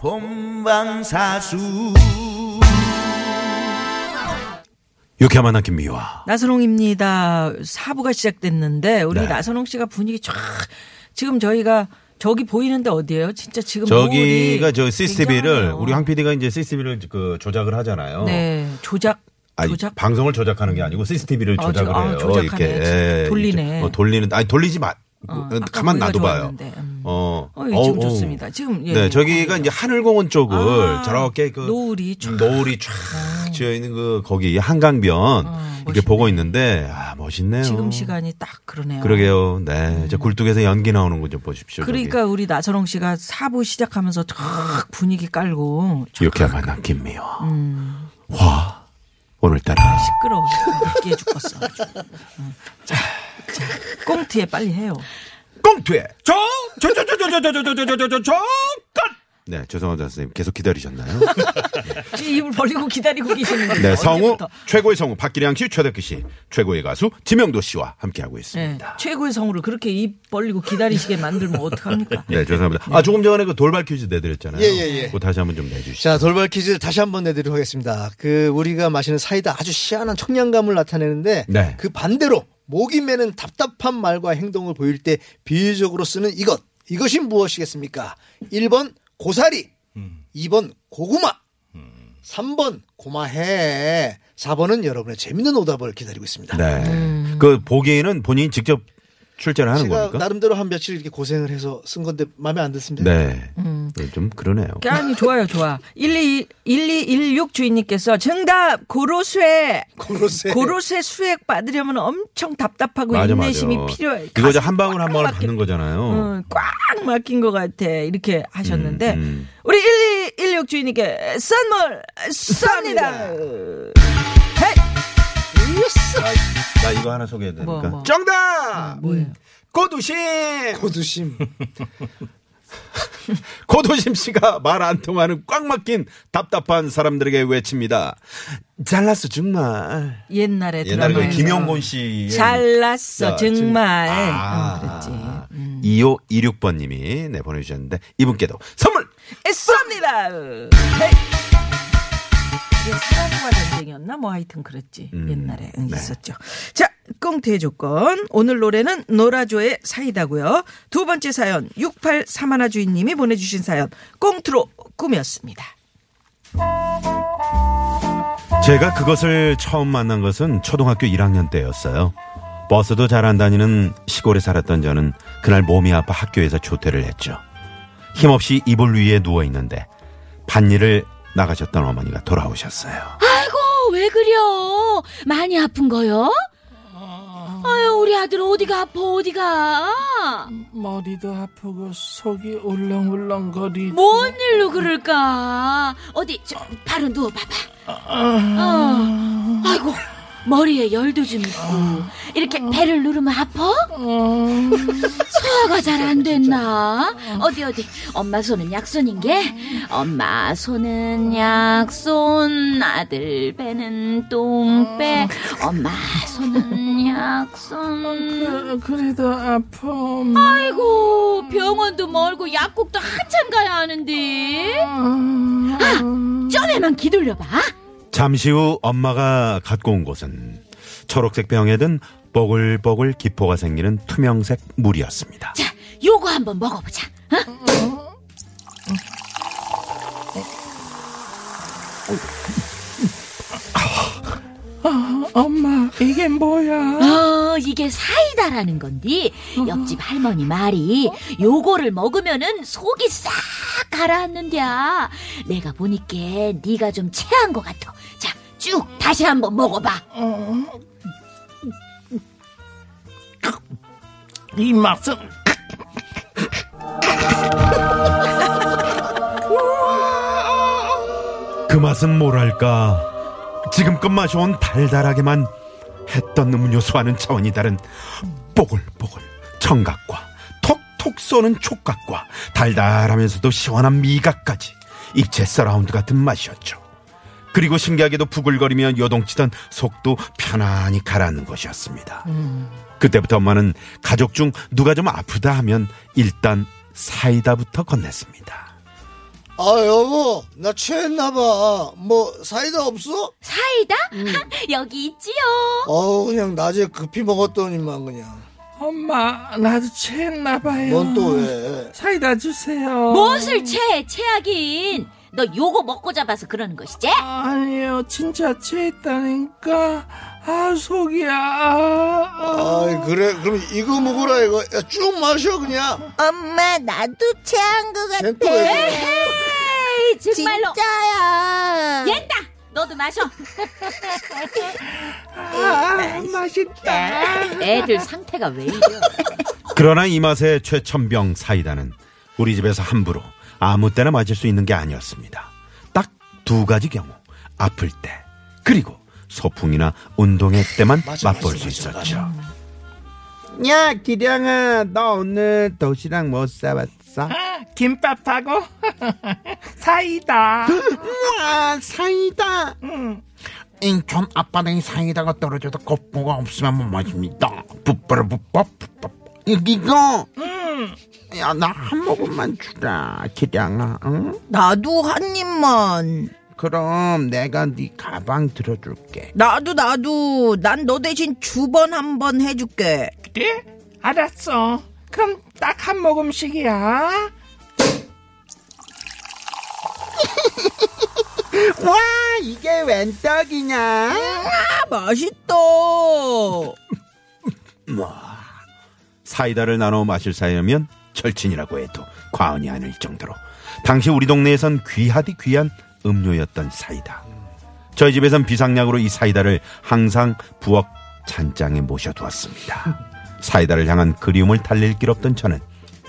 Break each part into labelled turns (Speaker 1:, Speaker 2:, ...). Speaker 1: 본방사수
Speaker 2: 유쾌한 만남 김미화.
Speaker 3: 나선홍입니다. 사부가 시작됐는데 우리
Speaker 2: 네.
Speaker 3: 나선홍 씨가 분위기 쫙 지금 저희가 저기 보이는데 어디예요? 진짜 지금
Speaker 2: 저기가
Speaker 3: 노을이
Speaker 2: 저 CCTV를
Speaker 3: 굉장하네요.
Speaker 2: 우리 황 PD가 이제 CCTV를 그 조작을 하잖아요.
Speaker 3: 네 조작
Speaker 2: 아니,
Speaker 3: 조작
Speaker 2: 방송을 조작하는 게 아니고 CCTV를
Speaker 3: 아,
Speaker 2: 조작을
Speaker 3: 저- 아,
Speaker 2: 해요.
Speaker 3: 조작하네.
Speaker 2: 이렇게 예,
Speaker 3: 돌리네.
Speaker 2: 이렇게. 어, 돌리는 아니 돌리지 마.
Speaker 3: 어,
Speaker 2: 어,
Speaker 3: 아까
Speaker 2: 가만
Speaker 3: 거기가
Speaker 2: 놔둬봐요.
Speaker 3: 좋았는데, 음.
Speaker 2: 어,
Speaker 3: 어, 예, 지금 좋습니다. 지금, 예,
Speaker 2: 네,
Speaker 3: 예,
Speaker 2: 저기가
Speaker 3: 거기요.
Speaker 2: 이제 하늘공원 쪽을
Speaker 3: 아,
Speaker 2: 저렇게 그
Speaker 3: 노을이 쫙.
Speaker 2: 노을이 쫙 지어 있는 그 거기 한강변 이렇게
Speaker 3: 어, 멋있네.
Speaker 2: 보고 있는데 아 멋있네요.
Speaker 3: 지금 시간이 딱 그러네요.
Speaker 2: 그러게요. 네, 저 굴뚝에서 연기 나오는 거 좀 보십시오. 저기.
Speaker 3: 그러니까 우리 나선홍 씨가 사부 시작하면서 쫙 분위기 깔고 쫙
Speaker 2: 유쾌한 만남 김미화.
Speaker 3: 음.
Speaker 2: 화 오늘따라
Speaker 3: 시끄러워 늦게 죽었어. 아주. 응. 자, 자, 꽁트에 빨리 해요.
Speaker 2: 꽁트에.
Speaker 4: 저저저저저저저저저저저저저저저저저저저저저저저저저저저저저저저저저저저저저저저저저저저저저저저저저저저저저저저저
Speaker 2: 네, 죄송합니다 선생님. 계속 기다리셨나요?
Speaker 3: 지금 입을 벌리고 기다리고 계시는데.
Speaker 2: 네, 성우
Speaker 3: 언제부터?
Speaker 2: 최고의 성우 박기량 씨, 최덕기 씨, 최고의 가수 지명도 씨와 함께하고
Speaker 3: 네,
Speaker 2: 있습니다.
Speaker 3: 최고의 성우를 그렇게 입 벌리고 기다리시게 만들면 어떡합니까?
Speaker 2: 네, 죄송합니다. 아 조금 전에 그 돌발 퀴즈 내드렸잖아요.
Speaker 5: 예, 예, 예.
Speaker 2: 그거 다시 한번 좀 내주시죠.
Speaker 5: 자, 돌발 퀴즈 다시 한번 내드리도록 하겠습니다. 그 우리가 마시는 사이다 아주 시원한 청량감을 나타내는데
Speaker 2: 네.
Speaker 5: 그 반대로 목이 매는 답답한 말과 행동을 보일 때 비유적으로 쓰는 이것. 이것이 무엇이겠습니까? 1번 고사리, 2번 고구마, 3번 고마해, 4번은 여러분의 재밌는 오답을 기다리고
Speaker 3: 아,
Speaker 5: 있습니다.
Speaker 2: 네,
Speaker 3: 음.
Speaker 2: 그 보기에는 본인이 직접 출제를 하는
Speaker 5: 제가
Speaker 2: 겁니까?
Speaker 5: 나름대로 한 며칠 이렇게 고생을 해서 쓴 건데 마음에 안 드습니다.
Speaker 2: 네,
Speaker 3: 음.
Speaker 2: 네, 좀 그러네요.
Speaker 3: 아니 좋아요 좋아. 12 1216 주인님께서 정답 고로쇠
Speaker 5: 고로쇠.
Speaker 3: 고로쇠 수액 받으려면 엄청 답답하고
Speaker 2: 맞아, 그 맞아.
Speaker 3: 인내심이 필요해.
Speaker 2: 이거 이제
Speaker 3: 가슴
Speaker 2: 한 방울 한
Speaker 3: 꽉
Speaker 2: 방울
Speaker 3: 막힌-
Speaker 2: 받는 거잖아요.
Speaker 3: 응, 꽉 막힌 것 같아 이렇게 하셨는데
Speaker 2: 음, 음.
Speaker 3: 우리 1216 주인님께 선물 쏩니다.
Speaker 2: 나 이거 하나 소개해야 되니까.
Speaker 3: 뭐, 뭐.
Speaker 2: 정답.
Speaker 3: 뭐예요?
Speaker 2: 고두심.
Speaker 5: 고두심.
Speaker 2: 고두심 씨가 말 안 통하는 꽉 막힌 답답한 사람들에게 외칩니다. 잘났어 정말.
Speaker 3: 옛날에
Speaker 2: 옛날에 그
Speaker 3: 드라마에서
Speaker 2: 김영곤 씨.
Speaker 3: 잘났어 정말
Speaker 2: 아,
Speaker 3: 어, 그랬지.
Speaker 2: 2526번님이 네, 보내주셨는데 이분께도 선물.
Speaker 3: 쏩니다. 헤이. 이게 사랑과 전쟁이었나? 뭐 하여튼 그랬지. 옛날에 응, 있었죠. 자, 꽁트의 조건. 오늘 노래는 노라조의 사이다고요. 두 번째 사연 6831 주인님이 보내주신 사연 꽁트로 꾸몄습니다.
Speaker 2: 제가 그것을 처음 만난 것은 초등학교 1학년 때였어요. 버스도 잘 안 다니는 시골에 살았던 저는 그날 몸이 아파 학교에서 조퇴를 했죠. 힘없이 이불 위에 누워 있는데 밭일을 나가셨던 어머니가 돌아오셨어요.
Speaker 6: 아이고 왜 그려 많이 아픈 거요? 아유 우리 아들 어디가 아파 어디가
Speaker 7: 머리도 아프고 속이 울렁울렁거리.
Speaker 6: 뭔 일로 그럴까 어디 저, 바로 누워봐봐 어. 아이고 머리에 열도 좀 있고 이렇게 배를 누르면 아파? 소화가 잘 안 됐나? 어디 어디 엄마 손은 약손인 게 엄마 손은 약손 아들 배는 똥배 엄마 손은 약손
Speaker 7: 그- 그래도 아파.
Speaker 6: 아이고 병원도 멀고 약국도 한참 가야 하는데 아 점에만 기둘려봐
Speaker 2: 잠시 후 엄마가 갖고 온 것은 초록색 병에 든 뻐글뻐글 기포가 생기는 투명색 물이었습니다.
Speaker 6: 자 요거 한번 먹어보자 어?
Speaker 7: 엄마, 이게 뭐야?
Speaker 6: 어, 이게 사이다라는 건디 옆집 할머니 말이 요거를 먹으면은 속이 싹 가라앉는디야 내가 보니까 네가 좀 체한 것 같아 자 쭉 다시 한번 먹어봐
Speaker 7: 이 맛은
Speaker 2: 그 맛은 뭐랄까 지금껏 마셔온 달달하게만 했던 음료수와는 차원이 다른 뽀글뽀글 청각과 톡톡 쏘는 촉각과 달달하면서도 시원한 미각까지 입체 서라운드 같은 맛이었죠. 그리고 신기하게도 부글거리며 요동치던 속도 편안히 가라앉는 것이었습니다. 그때부터 엄마는 가족 중 누가 좀 아프다 하면 일단 사이다부터 건넸습니다.
Speaker 5: 아 여보 나 취했나봐 뭐 사이다 없어?
Speaker 6: 사이다? 여기 있지요.
Speaker 5: 어우 그냥 낮에 급히 먹었더니만 그냥
Speaker 7: 엄마 나도 취했나봐요
Speaker 5: 넌 또 왜
Speaker 7: 사이다 주세요
Speaker 6: 무엇을 채, 채하긴. 너 요거 먹고 잡아서 그러는 것이지?
Speaker 7: 아니요 진짜 취했다니까 아 속이야 아,
Speaker 5: 아이 그래 그럼 이거 먹어라 이거 야, 쭉 마셔 그냥
Speaker 4: 엄마 나도 체한 것 같아.
Speaker 5: 젠또 해
Speaker 6: 에이, 정말로.
Speaker 4: 진짜야.
Speaker 6: 옛다! 너도 마셔.
Speaker 7: 아, 맛있다
Speaker 6: 애들 상태가 왜 이래?
Speaker 2: 그러나 이 맛의 최천병 사이다는 우리 집에서 함부로 아무 때나 마실 수 있는 게 아니었습니다. 딱 두 가지 경우 아플 때 그리고 소풍이나 운동회 때만 맛볼 수 있었죠.
Speaker 1: 야 기량아 너 오늘 도시락 못 사왔어?
Speaker 7: 김밥하고 사이다
Speaker 1: 우와 사이다 아, 인천 앞바다에 사이다가 떨어져도 거포가 없으면 못 마십니다 붓바라 붓밥 붓밥 이거 야나 한 모금만 주라 기량아 응?
Speaker 4: 나도 한 입만.
Speaker 1: 그럼 내가 네 가방 들어줄게
Speaker 4: 나도 나도 난 너 대신 주번 한 번 해줄게.
Speaker 7: 그래? 알았어 그럼 딱 한 모금씩이야
Speaker 1: 와 이게 웬 떡이냐
Speaker 4: 아 맛있다.
Speaker 3: 음.
Speaker 2: 사이다를 나눠 마실 사이라면 절친이라고 해도 과언이 아닐 정도로 당시 우리 동네에선 귀하디 귀한 음료였던 사이다. 저희 집에선 비상약으로 이 사이다를 항상 부엌 잔장에 모셔두었습니다. 사이다를 향한 그리움을 달랠 길 없던 저는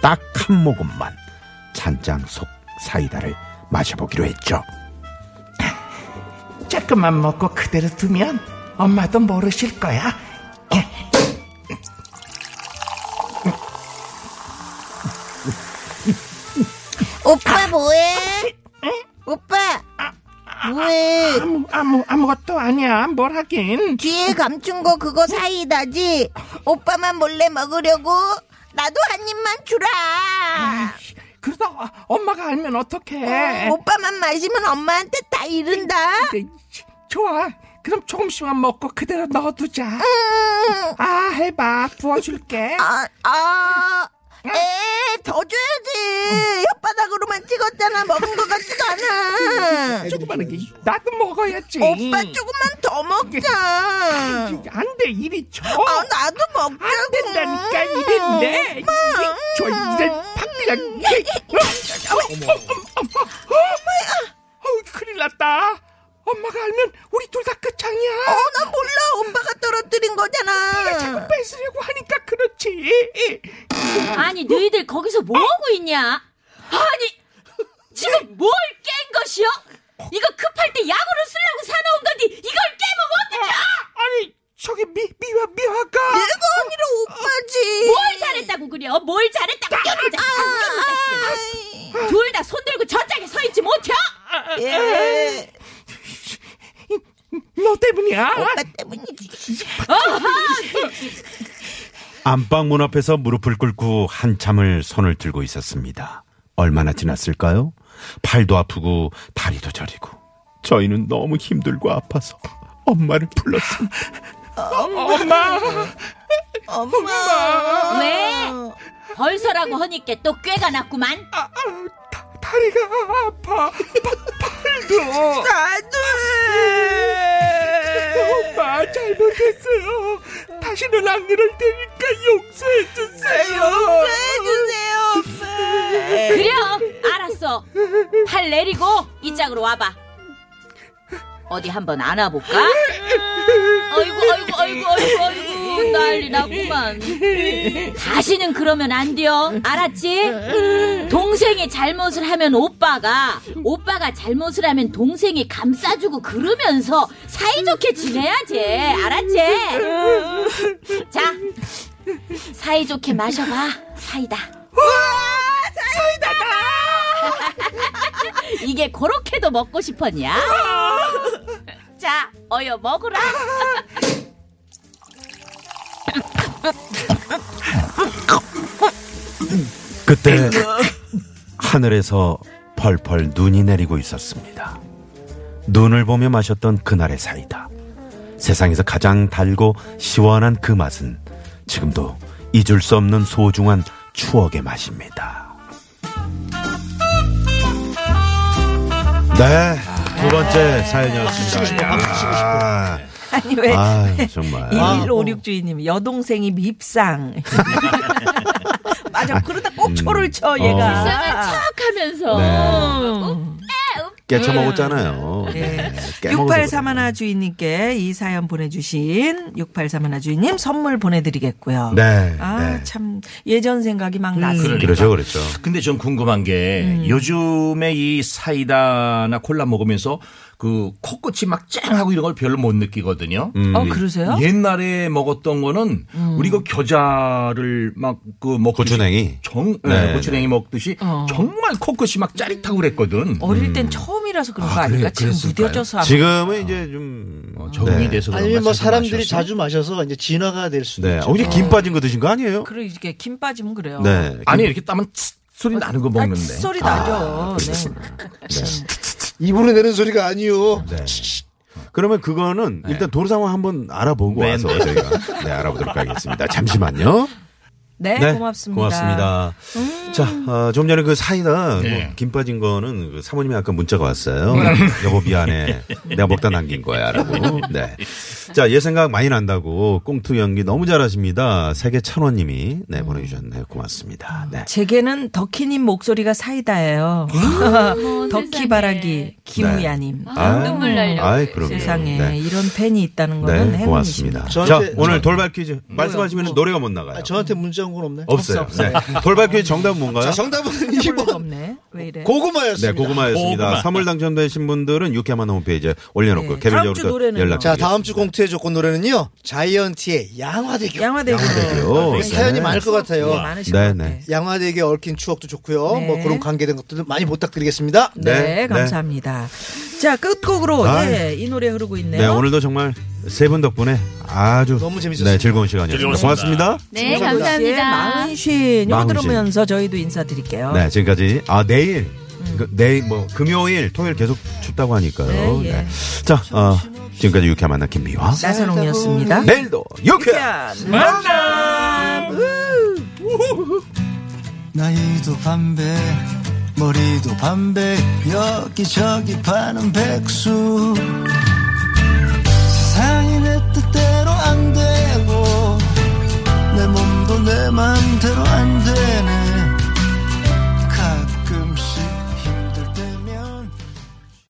Speaker 2: 딱 한 모금만 잔장 속 사이다를 마셔보기로 했죠.
Speaker 7: 조금만 먹고 그대로 두면 엄마도 모르실 거야
Speaker 4: 오빠 뭐해? 오빠 뭐해?
Speaker 7: 아무, 아무, 아무것도 아니야 뭘 하긴
Speaker 4: 뒤에 감춘 거 그거 사이다지? 오빠만 몰래 먹으려고? 나도 한 입만 주라.
Speaker 7: 그러다 어, 엄마가 알면 어떡해
Speaker 4: 오빠만 마시면 엄마한테 다 이른다.
Speaker 7: 네, 좋아. 그럼 조금씩만 먹고 그대로 넣어두자.
Speaker 4: 음.
Speaker 7: 아, 해봐. 부어줄게.
Speaker 4: 아, 아, 에, 더 줘야지. 혓바닥으로만 찍었잖아. 먹은 것 같지도 않아.
Speaker 7: 조그만하게. 나도 먹어야지.
Speaker 4: 오빠 조금만 더 먹자.
Speaker 7: 안 돼, 이리 줘.
Speaker 4: 아, 나도 먹자고.
Speaker 7: 안 된다니까, 이리 내. 이리 줘, 이리 팍 그냥. 어머, 어머. 어우, 큰일 났다. 엄마가 알면 우리 둘 다 끝장이야.
Speaker 4: 어, 나 몰라. 오빠가 떨어뜨린 거잖아.
Speaker 7: 뺏으려고 하니까 그렇지.
Speaker 6: 아니 너희들 거기서 뭐하고 있냐? 아니 지금 뭘 깬 것이요? 이거 급할 때 약으로 쓰려고 사놓은 건데 이걸 깨면 어떡해?
Speaker 7: 아니, 저기 미, 미화, 미화가.
Speaker 4: 내가 아니라 오빠지.
Speaker 6: 뭘 잘했다고 그래요? 어, 뭘 잘했다고
Speaker 3: 아,
Speaker 6: 둘다 손들고 저짝에 서있지 못해?
Speaker 4: 예,
Speaker 7: 너 때문이야.
Speaker 4: 오빠 때문이지.
Speaker 2: 안방 문 앞에서 무릎을 꿇고 한참을 손을 들고 있었습니다. 얼마나 지났을까요? 팔도 아프고 다리도 저리고 저희는 너무 힘들고 아파서 엄마를 불렀습니다.
Speaker 7: 엄마.
Speaker 4: 엄마.
Speaker 6: 왜? 벌써라고 허니께 또 꾀가 났구만
Speaker 7: 아, 아유, 다, 다리가 아파. 파, 팔도.
Speaker 4: 나도.
Speaker 7: 엄마 잘못했어요. 다시는 안 그럴 테니까 용서해 주세요.
Speaker 4: 해주세요, 오빠.
Speaker 6: 그럼 알았어 팔 내리고 이 짝으로 와봐 어디 한번 안아볼까? 어이구 어이구 어이구 어이구 어이구 아유 난리 났구만. 다시는 그러면 안 돼요. 알았지? 동생이 잘못을 하면 오빠가, 오빠가 잘못을 하면 동생이 감싸주고 그러면서 사이좋게 지내야지. 알았지? 자, 사이좋게 마셔봐. 사이다. 이게 그렇게도 먹고 싶었냐? 자, 어여 먹으라.
Speaker 2: 그때 하늘에서 펄펄 눈이 내리고 있었습니다. 눈을 보며 마셨던 그날의 사이다. 세상에서 가장 달고 시원한 그 맛은 지금도 잊을 수 없는 소중한 추억의 맛입니다. 네, 두 번째 사연이었습니다. 아,
Speaker 3: 아니 왜
Speaker 2: 아, 정말.
Speaker 3: 1156 주인님 여동생이 밉상. 맞아 그러다 꼭 초를 쳐
Speaker 2: 어.
Speaker 6: 아.
Speaker 3: 얘가.
Speaker 6: 착하면서. 어?
Speaker 2: 깨쳐 먹었잖아요. 네. 깨먹어서
Speaker 3: 683
Speaker 2: 그래요.
Speaker 3: 예. 하나 주인님께 이 사연 보내주신 683 하나 주인님 선물 보내드리겠고요.
Speaker 2: 네. 네.
Speaker 3: 아참 예전 생각이 막
Speaker 7: 음,
Speaker 3: 났어요.
Speaker 2: 그렇죠, 그렇죠.
Speaker 7: 근데 전 궁금한 게
Speaker 5: 음.
Speaker 7: 요즘에 이 사이다나 콜라 먹으면서 그 코끝이 막 쨍하고 이런 걸 별로 못 느끼거든요.
Speaker 2: 음. 그렇죠.
Speaker 3: 어 그러세요?
Speaker 2: 예.
Speaker 7: 옛날에 먹었던 거는
Speaker 5: 음.
Speaker 7: 우리가 그 겨자를 막 그 먹
Speaker 2: 고추냉이.
Speaker 7: 정 네,
Speaker 2: 네,
Speaker 7: 고추냉이 먹듯이
Speaker 5: 어.
Speaker 7: 정말 코끝이 막 짜릿하고 그랬거든.
Speaker 3: 어릴 땐 처음이라서 그런 거
Speaker 7: 아, 그래,
Speaker 3: 아닐까? 지금
Speaker 7: 그랬을까요?
Speaker 3: 무뎌져서 아마
Speaker 2: 지금은 이제 좀
Speaker 7: 어, 적응이
Speaker 2: 네.
Speaker 7: 돼서 그런
Speaker 5: 아니면 뭐
Speaker 7: 맛을
Speaker 5: 사람들이
Speaker 7: 마셨어?
Speaker 5: 자주 마셔서 이제 진화가 될 수도
Speaker 2: 네.
Speaker 5: 있죠.
Speaker 2: 어제 김 빠진 거 드신 거 아니에요?
Speaker 3: 그렇죠. 아. 그래 어. 이게 김 빠지면 그래요.
Speaker 2: 네.
Speaker 7: 아니 이렇게 따면 치 소리 나는 거
Speaker 3: 아,
Speaker 7: 먹는데.
Speaker 3: 소리 나죠. 네.
Speaker 5: 입으로 내는 소리가 아니요.
Speaker 2: 네. 그러면 그거는
Speaker 3: 네.
Speaker 2: 일단 도로 상황 한번 알아보고 와서 저희가 네, 알아보도록 하겠습니다. 잠시만요.
Speaker 3: 네,
Speaker 2: 네,
Speaker 3: 고맙습니다. 음.
Speaker 2: 고맙습니다. 자, 어, 좀 전에 그 사이다
Speaker 7: 네.
Speaker 2: 뭐김 빠진 거는 그 사모님이 아까 문자가 왔어요.
Speaker 3: 음.
Speaker 2: 여보 미안해. 내가 먹다 남긴 거야라고. 네. 자, 얘 생각 많이 난다고 꽁투 연기 너무 잘하십니다. 세계 천원님이 네 보내주셨네요. 고맙습니다. 네.
Speaker 3: 제게는 덕희님 목소리가 사이다예요.
Speaker 7: 아,
Speaker 3: 덕희
Speaker 7: 어,
Speaker 6: 세상에.
Speaker 3: 바라기 김우야님.
Speaker 2: 아,
Speaker 6: 눈물 날려.
Speaker 2: 아이, 그럼요.
Speaker 3: 세상에
Speaker 2: 네.
Speaker 3: 이런 팬이 있다는 거는
Speaker 2: 네,
Speaker 3: 행운이십니다.
Speaker 2: 고맙습니다.
Speaker 5: 저한테-
Speaker 2: 자, 오늘 돌발 퀴즈 말씀하시면 노래가 못 나가요.
Speaker 5: 아, 저한테 문자 온 건 없나요?
Speaker 2: 없어요. 네. 돌발 퀴즈 정답 은 뭔가요?
Speaker 5: 자, 정답은
Speaker 3: 별로가
Speaker 5: 2번
Speaker 3: 없네. 왜 이래?
Speaker 2: 네,
Speaker 5: 고구마였습니다.
Speaker 2: 고구마였습니다. 선물 당첨되신 분들은 유쾌한 홈페이지에 올려놓고
Speaker 3: 네,
Speaker 2: 개별적으로
Speaker 3: 다음 주
Speaker 2: 또
Speaker 3: 노래는요?
Speaker 2: 연락.
Speaker 5: 자, 다음 주 공투의 조건 노래는요. 자이언티의 양화대교.
Speaker 3: 양화대교. 네.
Speaker 2: 주요.
Speaker 5: 사연이 많을 것 같아요.
Speaker 3: 많으실
Speaker 2: 네,
Speaker 3: 것
Speaker 2: 네.
Speaker 3: 같아.
Speaker 5: 양화대교에 얽힌 추억도 좋고요.
Speaker 3: 네.
Speaker 5: 뭐 그런 관계된 것들도 많이 부탁드리겠습니다.
Speaker 3: 네,
Speaker 2: 네.
Speaker 3: 감사합니다. 자, 끝곡으로
Speaker 2: 아유.
Speaker 3: 네, 이 노래 흐르고 있네요.
Speaker 2: 네, 오늘도 정말 세 분 덕분에 아주
Speaker 5: 너무 재밌었습니다.
Speaker 2: 네, 즐거운 시간이었습니다. 고맙습니다.
Speaker 6: 네,
Speaker 3: 예,
Speaker 6: 감사합니다.
Speaker 3: 마흔신 요거
Speaker 2: 마흔신.
Speaker 3: 들으면서 저희도 인사드릴게요.
Speaker 2: 네, 지금까지 아 내일 그, 내일 뭐 금요일 토요일 계속 춥다고 하니까요.
Speaker 3: 네, 예.
Speaker 2: 네. 자, 어, 지금까지 유쾌한 만남 김미화.
Speaker 3: 나선홍이었습니다. 네.
Speaker 2: 내일도 유쾌. 한
Speaker 3: 야,
Speaker 8: 나이도 반배 머리도 반배 여기저기 파는 백수 세상이 내 뜻대로 안 되고 내 몸도 내 맘대로 안 되네